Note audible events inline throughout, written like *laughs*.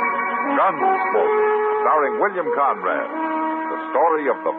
Gunsmoke, starring William Conrad. The story of the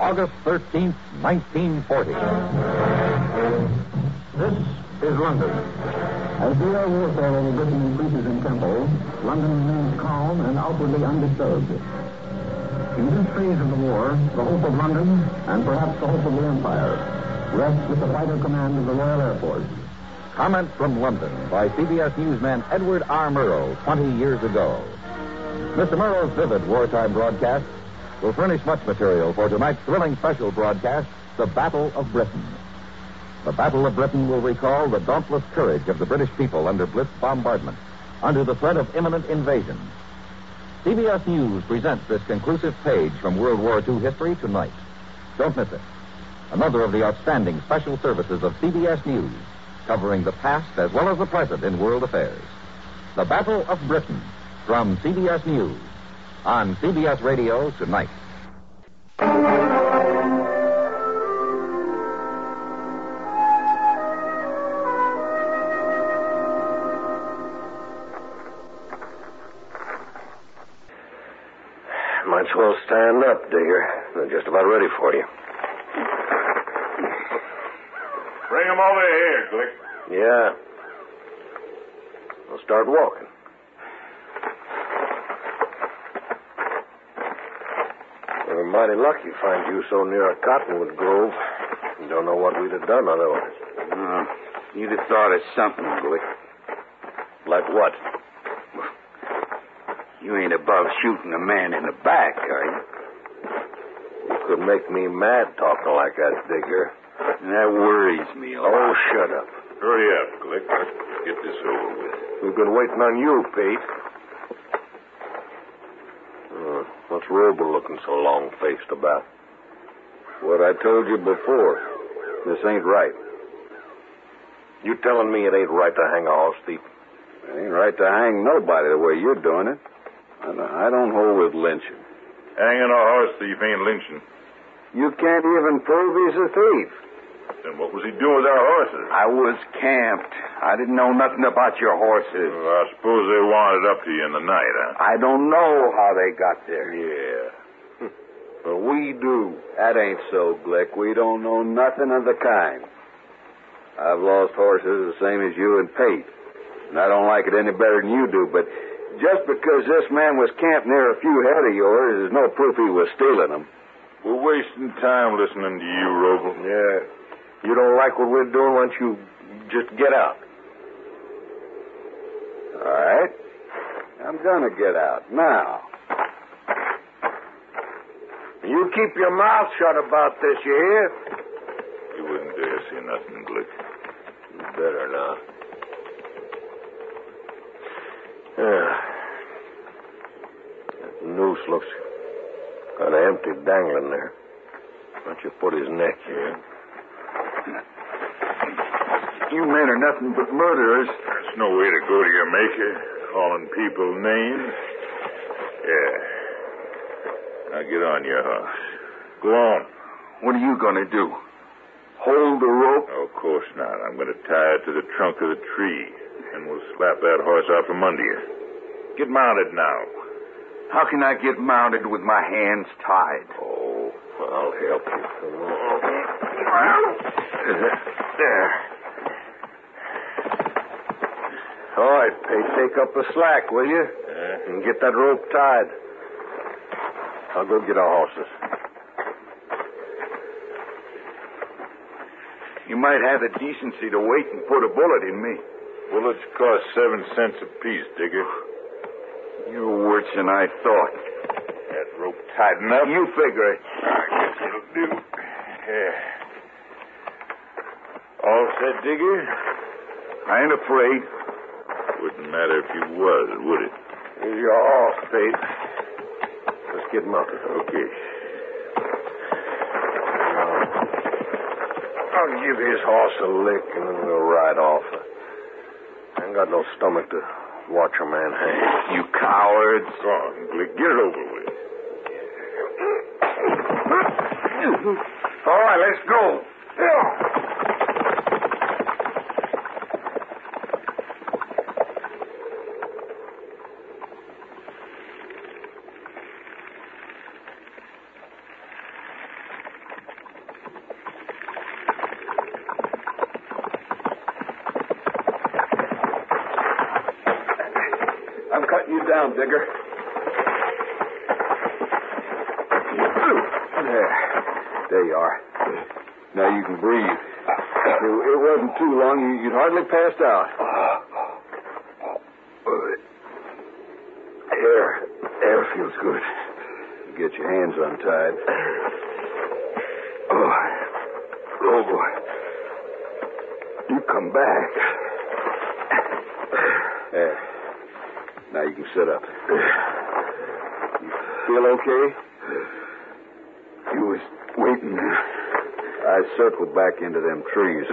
August 13th, 1940. This is London. As the air warfare over Britain increases in tempo, London remains calm and outwardly undisturbed. In this phase of the war, the hope of London, and perhaps the hope of the Empire, rests with the fighter command of the Royal Air Force. Comment from London by CBS newsman Edward R. Murrow 20 years ago. Mr. Murrow's vivid wartime broadcasts will furnish much material for tonight's thrilling special broadcast, The Battle of Britain. The Battle of Britain will recall the dauntless courage of the British people under blitz bombardment, under the threat of imminent invasion. CBS News presents this conclusive page from World War II history tonight. Don't miss it. Another of the outstanding special services of CBS News, covering the past as well as the present in world affairs. The Battle of Britain from CBS News on CBS Radio tonight. Might as well stand up, Digger. They're just about ready for you. Bring him over here, Glick. Yeah. We'll start walking. We were mighty lucky to find you so near a cottonwood grove. You don't know what we'd have done otherwise. you'd have thought of something, Glick. Like what? You ain't above shooting a man in the back, are you? You could make me mad talking like that, Digger. That worries me a Oh, lot. shut up. Hurry up, Glick. Let's get this over with. We've been waiting on you, Pete. Hmm, what's Roble looking so long faced about? What I told you before. This ain't right. You telling me it ain't right to hang a horse thief? It ain't right to hang nobody the way you're doing it. I don't, I don't hold with lynching. Hanging a horse thief ain't lynching. You can't even prove he's a thief. Then what was he doing with our horses? I was camped. I didn't know nothing about your horses. Well, I suppose they wandered up to you in the night, huh? I don't know how they got there. Yeah. But we do. That ain't so, Glick. We don't know nothing of the kind. I've lost horses the same as you and Pete. And I don't like it any better than you do, but just because this man was camped near a few head of yours is no proof he was stealing them. We're wasting time listening to you, Roble. Yeah. You don't like what we're doing, why don't you just get out? All right. I'm gonna get out now. You keep your mouth shut about this, you hear? You wouldn't dare see nothing, Glick. Better not. Yeah. Ah. That noose looks kind of empty dangling there. Why don't you put his neck here? You men are nothing but murderers. There's no way to go to your maker, calling people names. Yeah. Now get on your horse. Go on. What are you going to do? Hold the rope? No, of course not. I'm going to tie it to the trunk of the tree, and we'll slap that horse out from under you. Get mounted now. How can I get mounted with my hands tied? Oh, I'll help you. Come on. There. All right, Pete, take up the slack, will you? Yeah. And get that rope tied. I'll go get our horses. You might have the decency to wait and put a bullet in me. Bullets cost seven cents apiece, Digger. You're worse than I thought. That rope tight enough. You figure it. I guess it'll do. Yeah. All set, Digger? I ain't afraid. Wouldn't matter if you was, would it? You're all safe. Let's get mounted. Okay. I'll give his horse a lick and then we'll ride off. I ain't got no stomach to watch a man hang. You cowards. Go on, Glick. Get it over with. All right, let's go. I'm cutting you down, Digger. There. There you are. Now you can breathe. It, it wasn't too long. You, you'd hardly passed out. Air. Air feels good. Get your hands untied. Oh, oh boy. You come back. There. Now you can sit up. You feel okay? You was waiting. I circled back into them trees.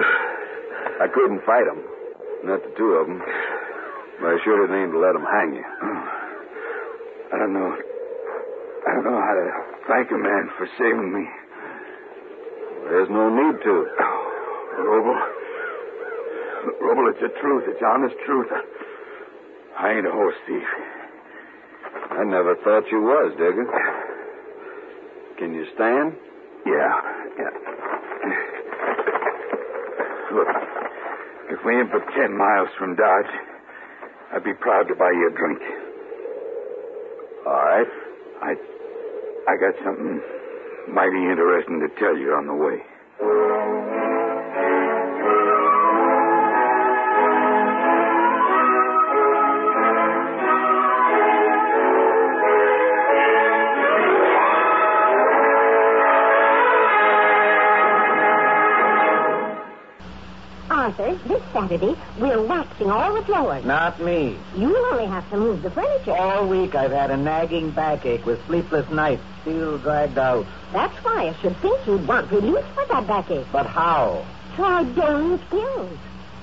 I couldn't fight them. Not the two of them. But I sure didn't aim to let them hang you. I don't know. I don't know how to thank a man for saving me. There's no need to. *sighs* Roble. Roble, it's the truth. It's honest truth. I ain't a horse thief. I never thought you was, Digger. Can you stand? Yeah, yeah. *sighs* Look, if we ain't but ten miles from Dodge, I'd be proud to buy you a drink. All right. I, I got something mighty interesting to tell you on the way. Arthur, this Saturday, we're waxing all the floors. Not me. You'll only have to move the furniture. All week I've had a nagging backache with sleepless nights, still dragged out. That's why I should think you'd want relief for that backache. But how? Try Doan's pills.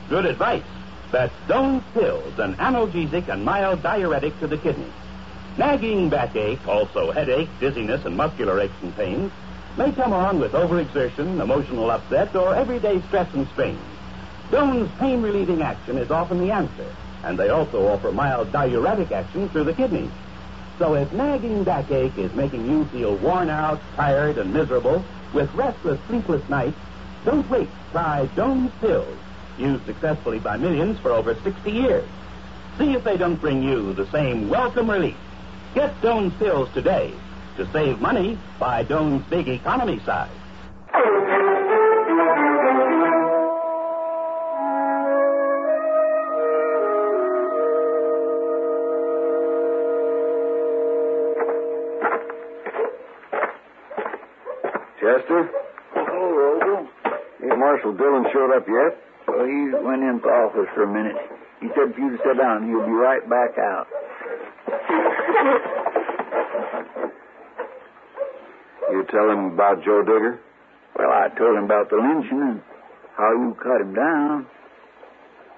Good advice. That's Doan's pills, an analgesic and mild diuretic to the kidney. Nagging backache, also headache, dizziness, and muscular aches and pains, may come on with overexertion, emotional upset, or everyday stress and strain. Doan's pain relieving action is often the answer, and they also offer mild diuretic action through the kidneys. So if nagging backache is making you feel worn out, tired, and miserable, with restless, sleepless nights, don't wait. Try Doan's pills, used successfully by millions for over 60 years. See if they don't bring you the same welcome relief. Get Doan's pills today. To save money, buy Doan's big economy size. Chester? Hello, Roble. Ain't Marshal Dillon showed up yet? Well, he went into office for a minute. He said for you to sit down. He'll be right back out. You tell him about Joe Digger? Well, I told him about the lynching and how you cut him down.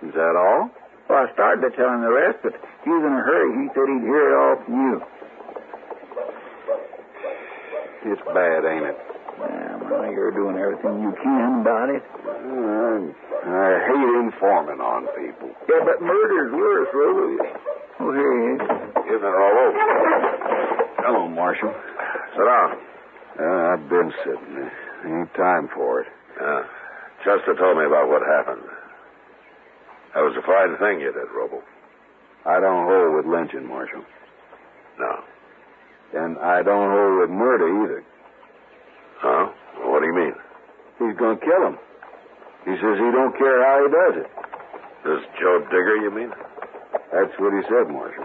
Is that all? Well, I started to tell him the rest, but he was in a hurry. He said he'd hear it all from you. It's bad, ain't it? Yeah, well, you're doing everything you can about it. Mm-hmm. Mm, I hate informing on people. Yeah, but murder's worse, Roble. Oh, here he is. Isn't it all over? Hello, Marshal. Sit down. Uh, I've been sitting. There ain't time for it. Uh, Chester told me about what happened. That was a fine thing you did, Robo. I don't hold with lynching, Marshal. No. Then I don't hold with murder either. Huh? What do you mean? He's going to kill him. He says he don't care how he does it. This Joe Digger, you mean? That's what he said, Marshal.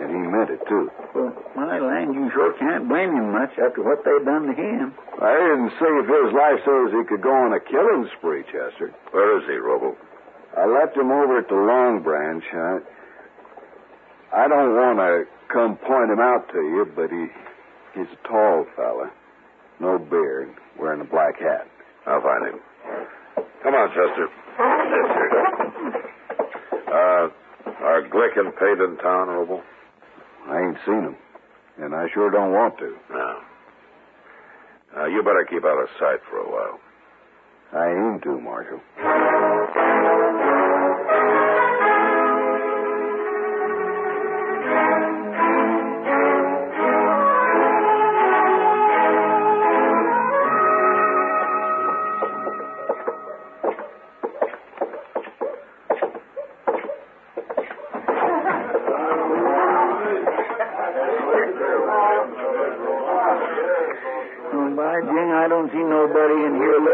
And he meant it, too. Well, my land, you sure can't blame him much after what they've done to him. I didn't see if his life says he could go on a killing spree, Chester. Where is he, Robo? I left him over at the Long Branch. I, I don't want to come point him out to you, but he he's a tall fella, no beard, wearing a black hat. I'll find him. Come on, Chester. Yes, sir. Uh, are Glick and Pate in town, Robo? I ain't seen him, and I sure don't want to. No. Uh, you better keep out of sight for a while. I aim to, Marshal.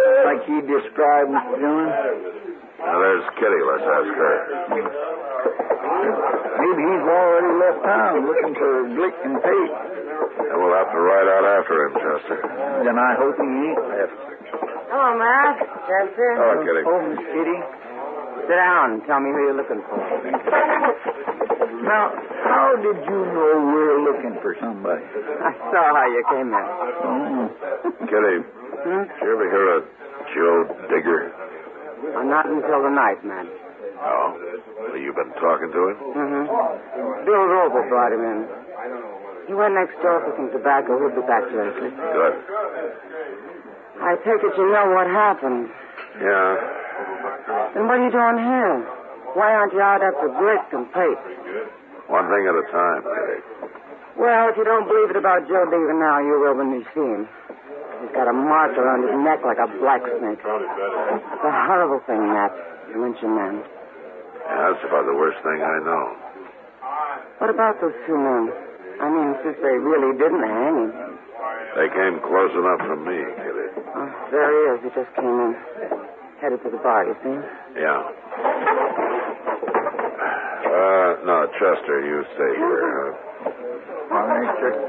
describe, Mr. Dillon? Now, there's Kitty. Let's ask her. Maybe he's already left town looking for Glick and Pate. And we'll have to ride out after him, Chester. Then I hope he ain't left. Hello, Mac. Chester. Hello, Kitty. Oh, Miss Kitty. Sit down and tell me who you're looking for. now, how did you know we were looking for somebody? I saw how you came Mm-hmm. there. Oh. Kitty, hmm? did you ever hear of Joe Digger? Uh, not until tonight, man. Oh? Well, you've been talking to him? Mm-hmm. Bill Rover brought him in. He went next door for some tobacco. He'll be back shortly. Good. I take it you know what happened. Yeah. Then what are you doing here? Why aren't you out after Brick and Pate? One thing at a time, Eddie. Well, if you don't believe it about Joe Digger now, you will when you see him. He's got a mark around his neck like a black snake. It's a horrible thing, Matt. You lynch a man. Yeah, that's about the worst thing I know. What about those two men? I mean, since they really didn't hang him. They came close enough for me, Kitty. Oh, there he is. He just came in. Headed to the bar, you see? Yeah. Uh, no, Chester, you stay here. Huh? All right, Chester.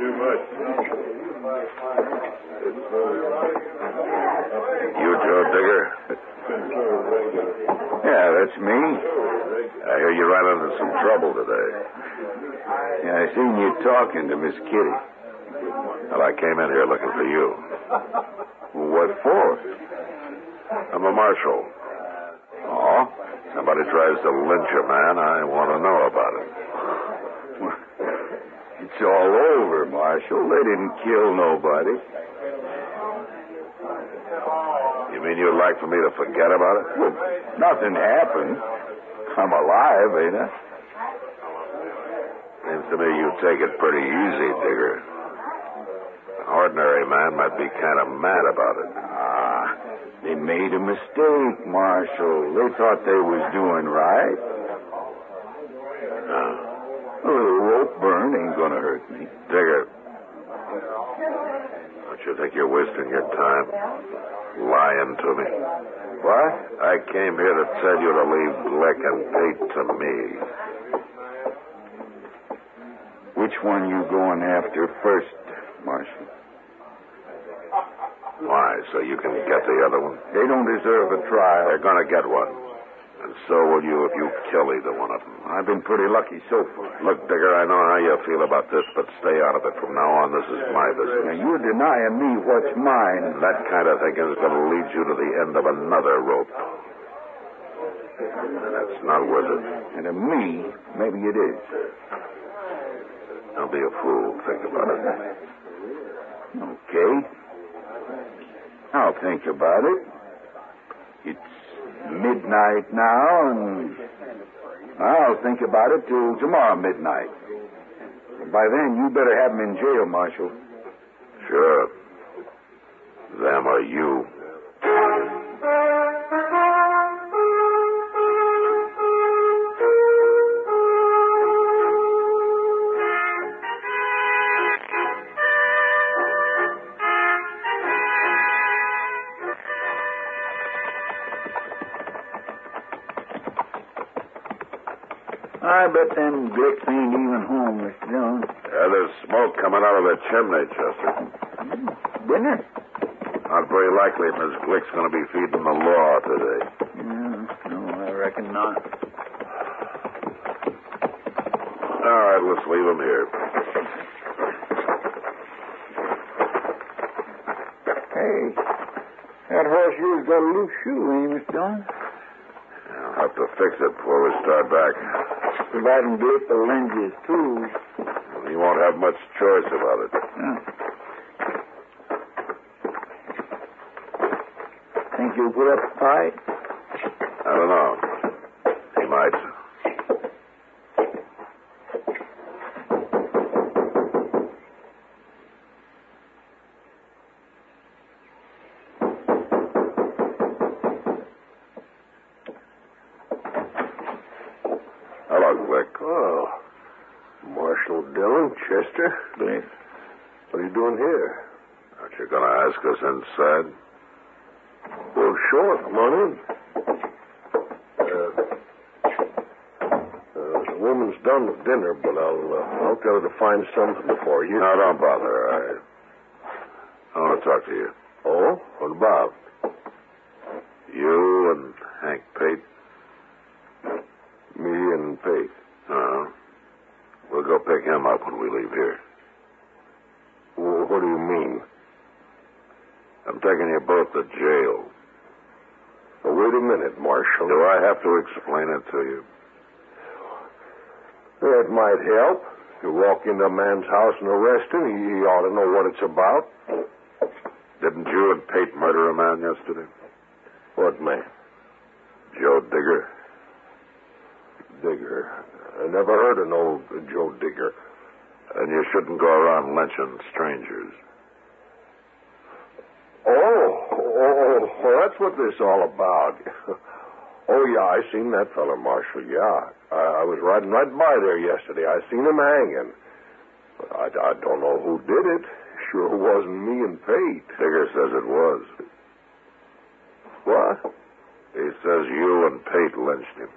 Too much. You Joe Digger? Yeah, that's me. I hear you ran into some trouble today. Yeah, I seen you talking to Miss Kitty. Well, I came in here looking for you. What for? I'm a marshal. Oh? Somebody tries to lynch a man, I want to know about it. It's all over, Marshal. They didn't kill nobody. You mean you'd like for me to forget about it? Well, nothing happened. I'm alive, ain't I? Seems to me you take it pretty easy, Digger. An ordinary man might be kind of mad about it. Ah, they made a mistake, Marshal. They thought they was doing right. No. A little rope burn ain't gonna hurt me. Digger. Don't you think you're wasting your time lying to me? What? I came here to tell you to leave Glick and Pate to me. Which one you going after first, Marshal? Why? So you can get the other one? They don't deserve a trial. They're gonna get one. And so will you if you kill either one of them. I've been pretty lucky so far. Look, Digger, I know how you feel about this, but stay out of it from now on. This is my business. Now, you're denying me what's mine. And that kind of thinking is going to lead you to the end of another rope. And that's not worth it. And to me, maybe it is. Don't be a fool. Think about it. Okay. I'll think about it. It's midnight now, and I'll think about it till tomorrow midnight. And by then, you better have him in jail, Marshal. Sure. Them are you. bet them Glicks ain't even home, Mr. Jones. Yeah, there's smoke coming out of the chimney, Chester. Dinner? Not very likely Miss Glick's going to be feeding the law today. Yeah, no, I reckon not. All right, let's leave him here. Hey, that horse's got a loose shoe, ain't it, Mr. Jones? I'll have to fix it before we start back. Providing Glick will lend you his tools. He won't have much choice about it. Yeah. Think you'll put up a fight? I don't know. He might. Hello, Glick. Oh, Marshal Dillon, Chester. What are you doing here? Aren't you going to ask us inside? Well, sure. Come on in. Uh, uh, the woman's done with dinner, but I'll uh, I'll tell her to find something for you. No, don't bother. her. I, I want to talk to you. Oh, what about? You and Hank Pate. Me and Pate. No. Uh-huh. We'll go pick him up when we leave here. Well, what do you mean? I'm taking you both to jail. Now, wait a minute, Marshal. Do I have to explain it to you? That might help. You walk into a man's house and arrest him, he ought to know what it's about. Didn't you and Pate murder a man yesterday? What man? Joe Digger. Digger. I never heard of no Joe Digger. And you shouldn't go around lynching strangers. Oh, oh, oh, that's what this is all about. *laughs* Oh, yeah, I seen that fellow, Marshal, yeah. I, I was riding right by there yesterday. I seen him hanging. But I, I don't know who did it. Sure wasn't me and Pate. Digger says it was. What? He says you and Pate lynched him.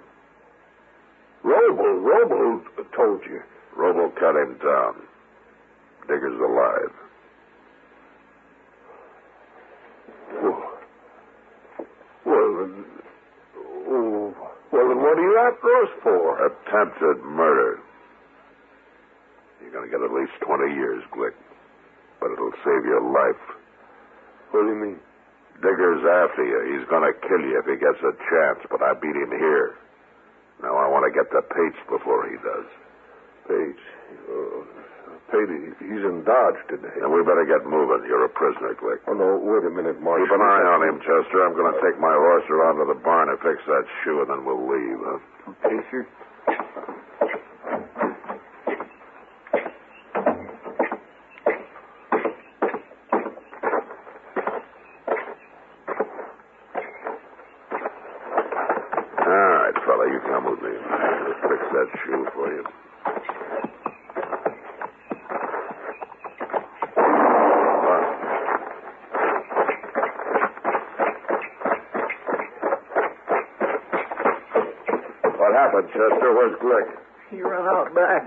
Roble, Roble told you. Robo cut him down. Digger's alive. Well, well, then, oh, well, then what are you after us for? Attempted murder. You're going to get at least 20 years, Glick. But it'll save your life. What do you mean? Digger's after you. He's going to kill you if he gets a chance, but I beat him here. Now I want to get to Pates before he does. Pate, uh, Pate, he's in Dodge today. And we better get moving. You're a prisoner, Glick. Oh, no, wait a minute, Marshal. Keep an eye on him, Chester. I'm going to take my horse around to the barn and fix that shoe, and then we'll leave. Huh? Okay, sir. All right, Ah, fella, you come with me. I'll fix that shoe for you. What happened, Chester? Where's Glick? He run out back.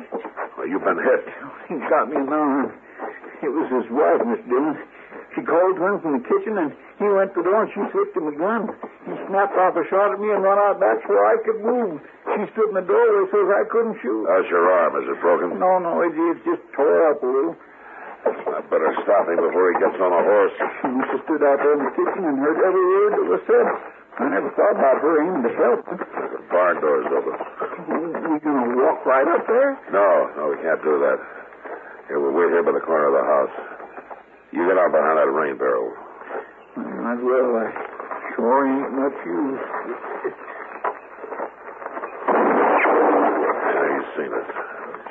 Well, you've been hit. He got me in my arm. It was his wife, Miss Dillon. She called to him from the kitchen, and he went to the door, and she slipped him a gun. He snapped off a shot at me and run out back so I could move. She stood in the doorway so I couldn't shoot. How's your arm? Is it broken? No, no, it, it just tore up a little. I better stop him before he gets on a horse. She stood out there in the kitchen and heard every word that was said. I never thought about her aiming to help *laughs* him. The barn door's open. We gonna walk right up there? No, no, we can't do that. Here, we'll wait here by the corner of the house. You get out behind that rain barrel. Might well. I sure ain't much use. Yeah, he's seen it.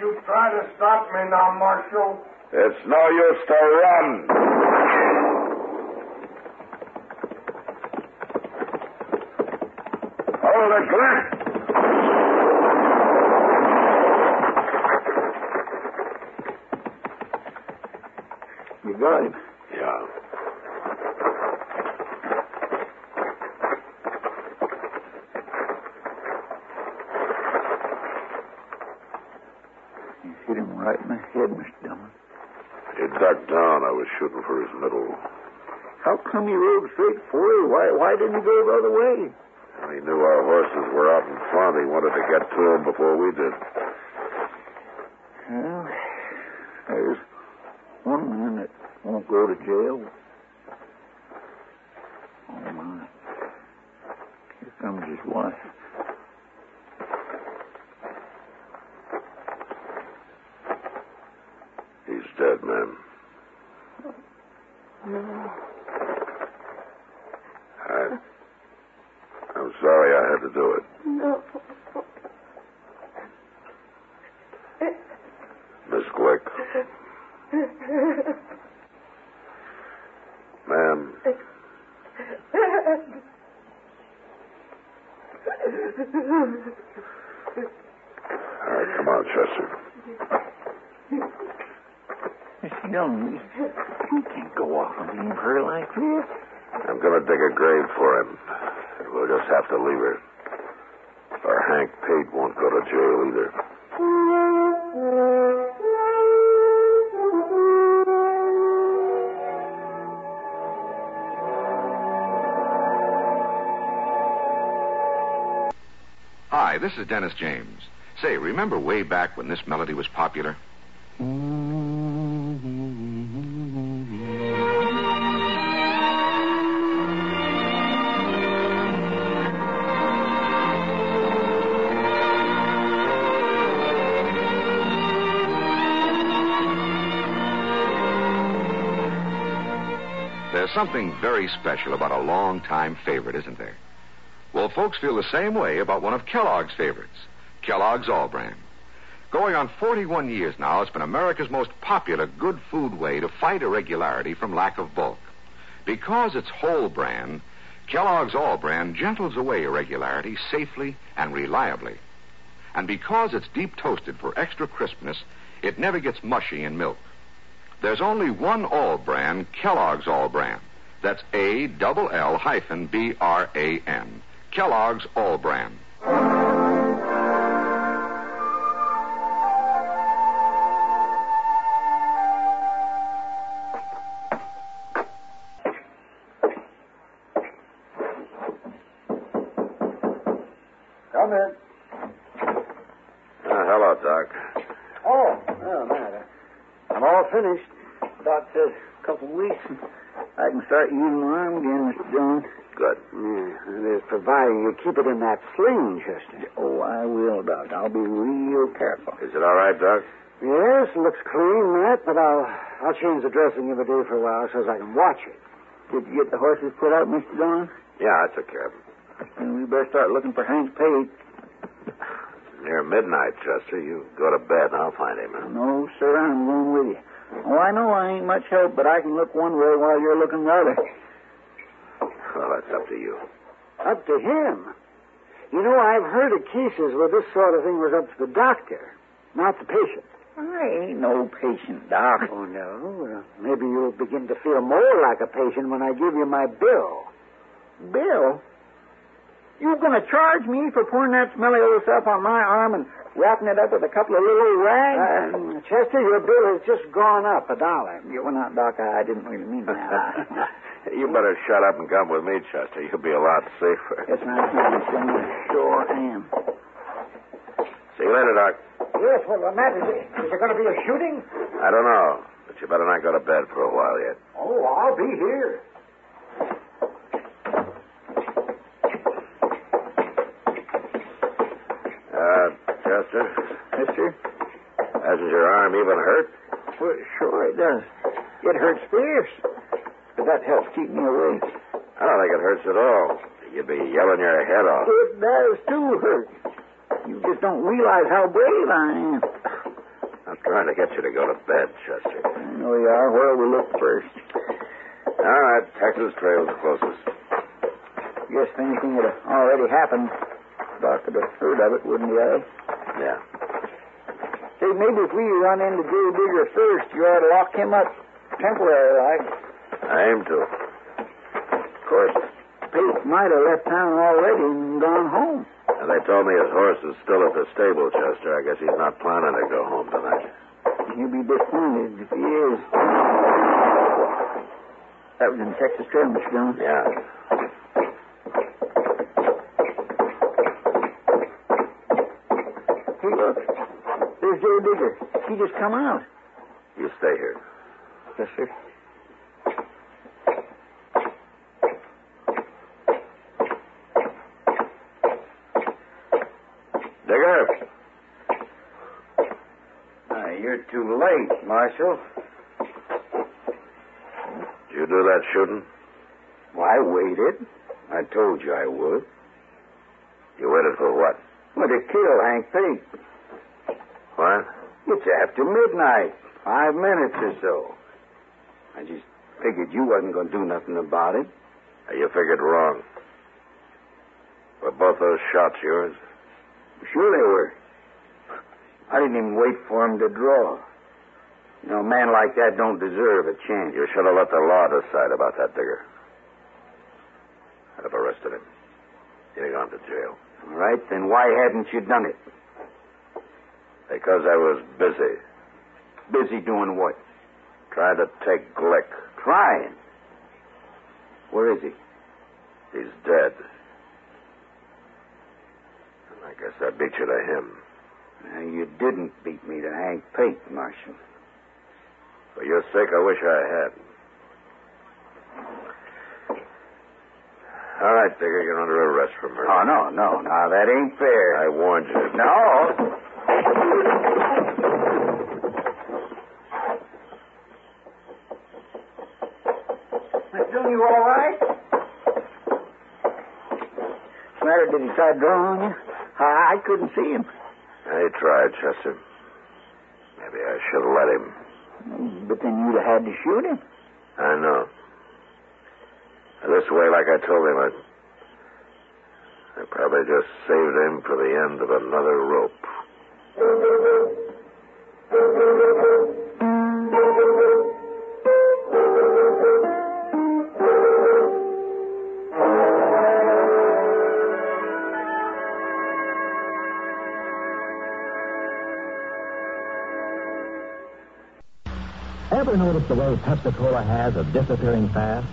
You try to stop me now, Marshal. It's no use to run. Hold it, Clint. You got him. Yeah. You hit him right in the head, Mr. Dillon. He ducked down. I was shooting for his middle. How come you rode straight for you? Why, why didn't you go the other way? He knew our horses were out in front. He wanted to get to them before we did. Well, there's one man that won't go to jail. Oh, my. Here comes his wife. He's dead, ma'am. No. I, I'm sorry I had to do it. No. Miss Glick, ma'am, all right, come on, Chester. Mr. Dillon, you, you can't go off and leave her like this. I'm going to dig a grave for him. We'll just have to leave her. Or Hank Pate won't go to jail either. Hi, this is Dennis James. Say, remember way back when this melody was popular? There's something very special about a long-time favorite, isn't there? Well, folks feel the same way about one of Kellogg's favorites, Kellogg's All Bran. Going on 41 years now, it's been America's most popular good food way to fight irregularity from lack of bulk. Because it's whole bran, Kellogg's All Bran gentles away irregularity safely and reliably. And because it's deep toasted for extra crispness, it never gets mushy in milk. There's only one all brand, Kellogg's All Brand. That's A double L hyphen B R A N. Kellogg's All Brand. Come in. Uh, hello, Doc. Oh, well, Matt, I'm all finished. About uh, a couple of weeks, and I can start using my arm again, Mr. Dillon. Good. Yeah, it is providing you keep it in that sling, Chester. Oh, I will, Doc. I'll be real careful. Is it all right, Doc? Yes, it looks clean, Matt, but I'll I'll change the dressing every day for a while so as I can watch it. Did you get the horses put out, Mr. Dillon? Yeah, I took care of him. Then we better start looking for Hank Page. Near midnight, Chester. You go to bed and I'll find him. huh? No, sir, I'm going with you. Oh, I know I ain't much help, but I can look one way while you're looking the other. Well, that's up to you. Up to him. You know, I've heard of cases where this sort of thing was up to the doctor, not the patient. I ain't no patient, Doc. Oh, no. Uh, maybe you'll begin to feel more like a patient when I give you my bill. Bill, you're going to charge me for pouring that smelly old stuff on my arm and wrapping it up with a couple of little rags? Uh, Chester, your bill has just gone up a dollar. you were not, Doc. I I didn't really mean that. *laughs* You better shut up and come with me, Chester. You'll be a lot safer. Yes, ma'am. Thank you, sir. Sure am. See you later, Doc. Yes, well, uh, Matt, is, it, is there going to be a shooting? I don't know, but you better not go to bed for a while yet. Oh, I'll be here. Uh, Chester, Mister? hasn't your arm even hurt? Well, sure it does. It hurts fierce. But that helps keep me awake. I don't think it hurts at all. You'd be yelling your head off. It does too hurt. You just don't realize how brave I am. I'm trying to get you to go to bed, Chester. I Oh, know you are. Where'll we look first? All right, Texas Trail's closest. Guess if anything had already happened, Doc could have heard of it, wouldn't he, eh? Yeah. Hey, maybe if we run into Joe Digger first, you ought to lock him up temporarily. Like. I aim to. Of course. Pete might have left town already and gone home. And they told me his horse is still at the stable, Chester. I guess he's not planning to go home. tonight. He'll be disappointed if he is. That was in Texas Gun, Mr. Jones. Yeah. Hey, look. There's Joe Digger. He just come out. You stay here. Yes, sir. Digger, you're too late, Marshal. did you do that shooting? Well, I waited. I told you I would. You waited for what? Well, to kill Hank Pink. What? It's after midnight. Five minutes or so. I just figured you wasn't going to do nothing about it. You figured wrong. Were both those shots yours? Sure they were. I didn't even wait for him to draw. You know, a man like that don't deserve a chance. You should have let the law decide about that, Digger. I'd have arrested him. He'd have gone to jail. All right, then why hadn't you done it? Because I was busy. Busy doing what? Trying to take Glick. Trying. Where is he? He's dead. And I guess I beat you to him. Now, you didn't beat me to Hank Pate, Marshal. For your sake, I wish I had. All right, Digger, you're under arrest for murder. Oh, no, no. Now, that ain't fair. I warned you. No. Bill, you all right? What's the matter? Did he try drawing on you? I, I couldn't see him. I tried, Chester. Maybe I should have let him. But then you'd have had to shoot him. I know. This way, like I told him, I, I probably just saved him for the end of another rope. Ever notice the way Pepsi Cola has of disappearing fast?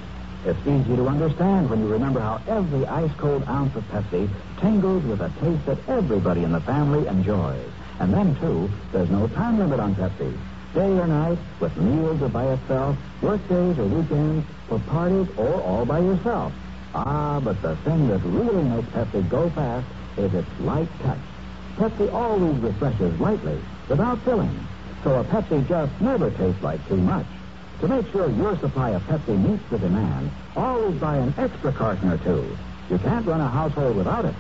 It's easy to understand when you remember how every ice cold ounce of Pepsi tingles with a taste that everybody in the family enjoys. And then, too, there's no time limit on Pepsi. Day or night, with meals or by itself, work days or weekends, for parties or all by yourself. Ah, but the thing that really makes Pepsi go fast is its light touch. Pepsi always refreshes lightly, without filling so a Pepsi just never tastes like too much. To make sure your supply of Pepsi meets the demand, always buy an extra carton or two. You can't run a household without it.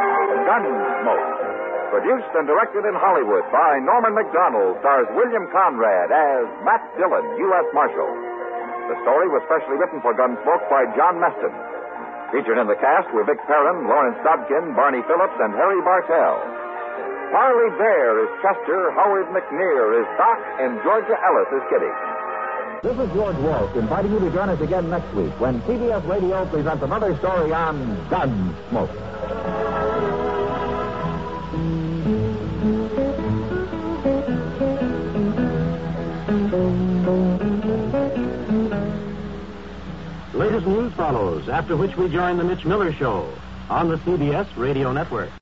Gunsmoke. Produced and directed in Hollywood by Norman McDonald, stars William Conrad as Matt Dillon, U.S. Marshal. The story was specially written for Gunsmoke by John Meston. Featured in the cast were Vic Perrin, Lawrence Dobkin, Barney Phillips, and Harry Bartell. Harley Bear is Chester, Howard McNear is Doc, and Georgia Ellis is Kitty. This is George Walsh inviting you to join us again next week when CBS Radio presents another story on Gunsmoke. Latest news follows, after which we join the Mitch Miller Show on the CBS Radio Network.